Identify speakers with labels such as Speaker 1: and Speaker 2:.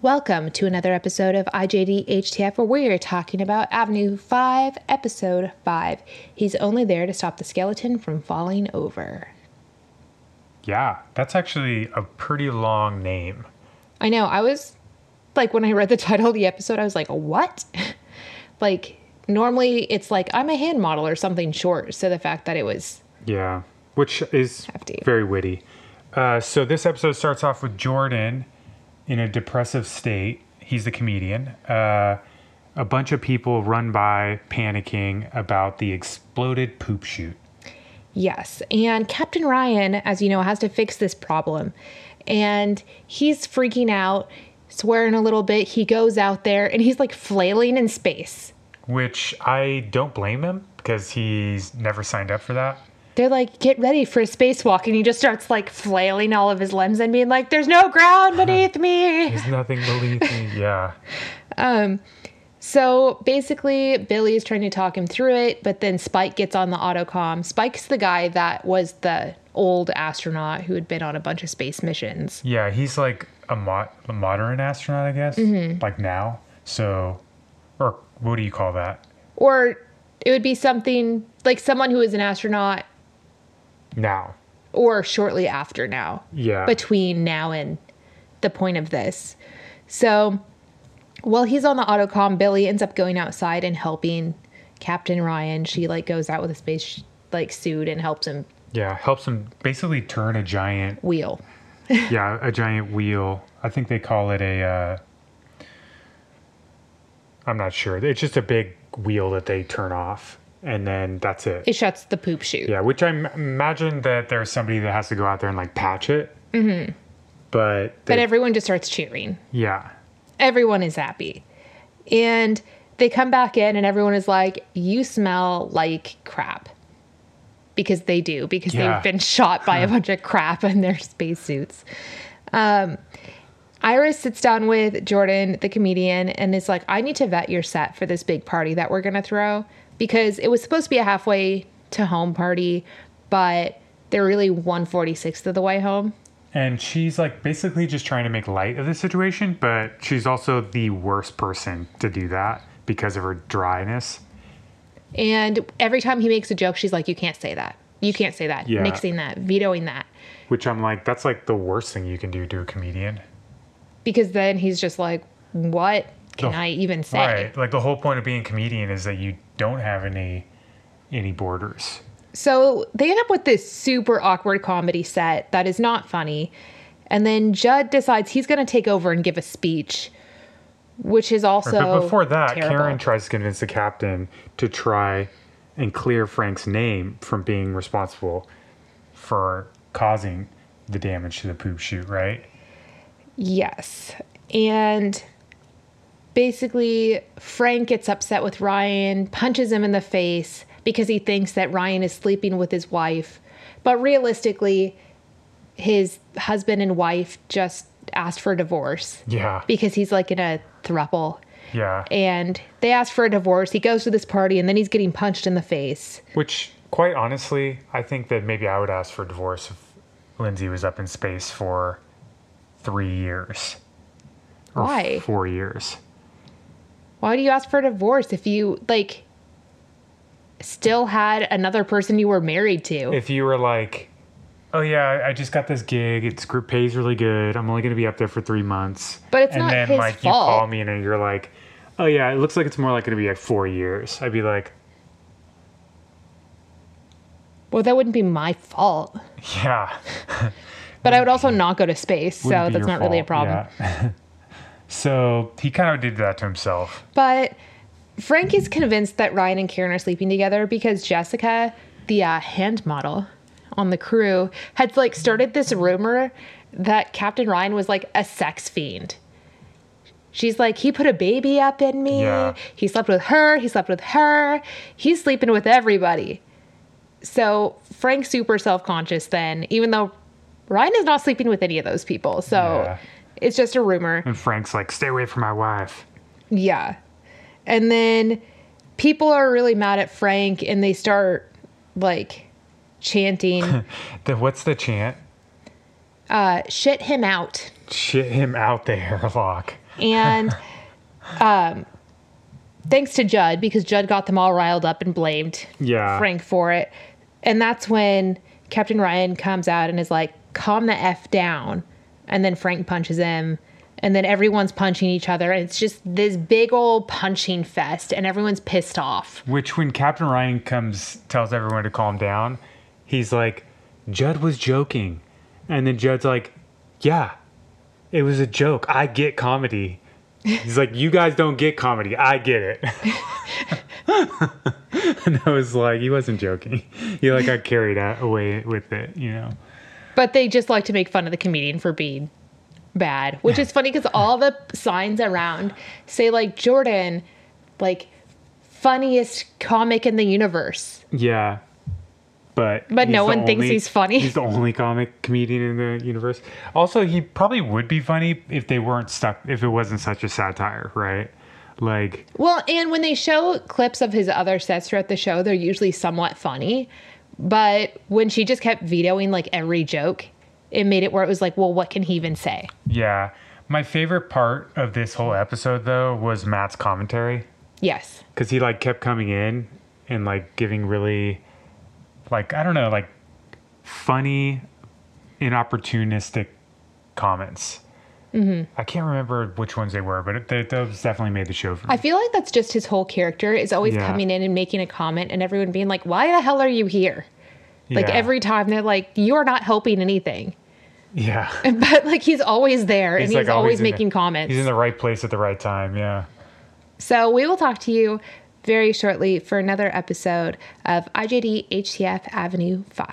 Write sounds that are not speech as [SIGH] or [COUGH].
Speaker 1: Welcome to another episode of IJD HTF where we are talking about Avenue 5, Episode 5. He's only there to stop the skeleton from falling over.
Speaker 2: Yeah, that's actually a pretty long name.
Speaker 1: I know, I was like, when I read the [LAUGHS] title of the episode, I was like, what? [LAUGHS] like, normally it's like, I'm a hand model or something short. So the fact that it was,
Speaker 2: Yeah, which is
Speaker 1: Hefty.
Speaker 2: very witty. Uh, so this episode starts off with Jordan in a depressive state. He's the comedian. Uh, a bunch of people run by panicking about the exploded poop chute.
Speaker 1: yes. And Captain Ryan, as you know, has to fix this problem. And he's freaking out, swearing a little bit. He goes out there and he's like flailing in space.
Speaker 2: Which I don't blame him because he's never signed up for that.
Speaker 1: They're like, get ready for a spacewalk. And he just starts like flailing all of his limbs and being like, there's no ground beneath me.
Speaker 2: There's nothing beneath me. [LAUGHS] Yeah.
Speaker 1: So basically, Billy is trying to talk him through it, but then Spike gets on the autocom. Spike's the guy that was the old astronaut who had been on a bunch of space missions.
Speaker 2: Yeah, he's like a, mo- a modern astronaut, I guess. Like now. So, or what do you call that?
Speaker 1: Or it would be something like someone who is an astronaut
Speaker 2: Now.
Speaker 1: or shortly after now.
Speaker 2: Yeah.
Speaker 1: between now and the point of this. So while he's on the autocom, Billy ends up going outside and helping Captain Ryan. She like goes out with a space like suit and helps him
Speaker 2: Yeah, helps him basically turn a giant.
Speaker 1: wheel.
Speaker 2: Yeah, a giant wheel. I think they call it a. Uh, I'm not sure. It's just a big wheel that they turn off, and then that's it.
Speaker 1: It shuts the poop chute.
Speaker 2: yeah, which I m- imagine that there's somebody that has to go out there and like patch it. Mm-hmm. But, they,
Speaker 1: But everyone just starts cheering.
Speaker 2: yeah,
Speaker 1: Everyone is happy. And they come back in and everyone is like, You smell like crap. Because they do, because
Speaker 2: Yeah.
Speaker 1: they've been shot by a bunch of crap in their spacesuits. Um, Iris sits down with Jordan, the comedian, and is like, I need to vet your set for this big party that we're going to throw because it was supposed to be a halfway to home party, but they're really 146th of the way home.
Speaker 2: and she's like basically just trying to make light of the situation, but she's also the worst person to do that because of her dryness.
Speaker 1: And every time he makes a joke, she's like, You can't say that. You can't say that.
Speaker 2: Yeah.
Speaker 1: Nixing that, vetoing that.
Speaker 2: Which I'm like, that's like the worst thing you can do to a comedian.
Speaker 1: Because then he's just like, What can
Speaker 2: Oh,
Speaker 1: I even say?
Speaker 2: Right. Like the whole point of being a comedian is that you don't have any any borders.
Speaker 1: So they end up with this super awkward comedy set that is not funny. And then Judd decides he's going to take over and give a speech, which is also.
Speaker 2: but before that,
Speaker 1: terrible.
Speaker 2: Karen tries to convince the captain to try and clear Frank's name from being responsible for causing the damage to the poop chute, right?
Speaker 1: Yes. And basically, Frank gets upset with Ryan, punches him in the face because he thinks that Ryan is sleeping with his wife. But realistically, his husband and wife just asked for a divorce
Speaker 2: Yeah.
Speaker 1: because he's like in a thruple
Speaker 2: Yeah.
Speaker 1: and they ask for a divorce. He goes to this party and then he's getting punched in the face.
Speaker 2: Which quite honestly, I think that maybe I would ask for divorce if Lindsay was up in space for three years. Or
Speaker 1: Why?
Speaker 2: Four years.
Speaker 1: Why do you ask for a divorce if you like still had another person you were married to?
Speaker 2: if you were like, oh yeah, I just got this gig. It's group pays really good. I'm only gonna be up there for three months.
Speaker 1: But it's
Speaker 2: and
Speaker 1: not
Speaker 2: then
Speaker 1: his
Speaker 2: like
Speaker 1: fault.
Speaker 2: you call me and you're like, oh yeah, it looks like it's more like gonna be like four years. I'd be like,
Speaker 1: well, that wouldn't be my fault.
Speaker 2: yeah,
Speaker 1: But I would also not go to space, so
Speaker 2: wouldn't
Speaker 1: that's
Speaker 2: be
Speaker 1: not
Speaker 2: your
Speaker 1: really a
Speaker 2: fault."
Speaker 1: problem.
Speaker 2: Yeah. [LAUGHS] so he kind of did that to himself.
Speaker 1: But Frank is convinced that Ryan and Karen are sleeping together because Jessica, the uh, hand model on the crew, had like started this rumor that Captain Ryan was like a sex fiend. She's like, he put a baby up in me.
Speaker 2: Yeah.
Speaker 1: He slept with her. He slept with her. He's sleeping with everybody. So Frank's super self conscious then, even though Ryan is not sleeping with any of those people. So
Speaker 2: Yeah.
Speaker 1: it's just a rumor.
Speaker 2: And Frank's like, stay away from my wife.
Speaker 1: Yeah. And then people are really mad at Frank and they start like chanting,
Speaker 2: The, what's the chant?
Speaker 1: uh, shit him out.
Speaker 2: Shit him out there, [LAUGHS] Locke.
Speaker 1: And um, thanks to Judd, because Judd got them all riled up and blamed
Speaker 2: Yeah.
Speaker 1: Frank for it. And that's when Captain Ryan comes out and is like, calm the F down. And then Frank punches him. And then everyone's punching each other. And it's just this big old punching fest. And everyone's pissed off.
Speaker 2: Which, when Captain Ryan comes, tells everyone to calm down, he's like, Judd was joking. And then Judd's like, Yeah, it was a joke. I get comedy. He's like, You guys don't get comedy. I get it. [LAUGHS] and I was like, He wasn't joking. He like got carried out away with it, you know?
Speaker 1: But they just like to make fun of the comedian for being bad, which is funny because all the signs around say, like, Jordan, like, funniest comic in the universe.
Speaker 2: Yeah. But
Speaker 1: But no
Speaker 2: he's the
Speaker 1: one thinks he's funny.
Speaker 2: He's the only comic comedian in the universe. Also, he probably would be funny if they weren't stuck if it wasn't such a satire, right? Like
Speaker 1: Well, and when they show clips of his other sets throughout the show, they're usually somewhat funny. But when she just kept vetoing like every joke, it made it where it was like, well, what can he even say?
Speaker 2: yeah. My favorite part of this whole episode though was Matt's commentary
Speaker 1: Yes.
Speaker 2: cuz he like kept coming in and like giving really like I don't know, like funny inopportunistic comments.
Speaker 1: Mm-hmm.
Speaker 2: I can't remember which ones they were, but it, they, those definitely made the show for me.
Speaker 1: I feel like that's just his whole character is always
Speaker 2: Yeah.
Speaker 1: coming in and making a comment and everyone being like, why the hell are you here? Like
Speaker 2: Yeah.
Speaker 1: every time they're like, you're not helping anything. [LAUGHS]
Speaker 2: yeah.
Speaker 1: But like he's always there and he's
Speaker 2: like,
Speaker 1: always
Speaker 2: in the-
Speaker 1: making comments.
Speaker 2: He's in the right place at the right time. Yeah.
Speaker 1: So we will talk to you very shortly for another episode of IJD HTF Avenue 5.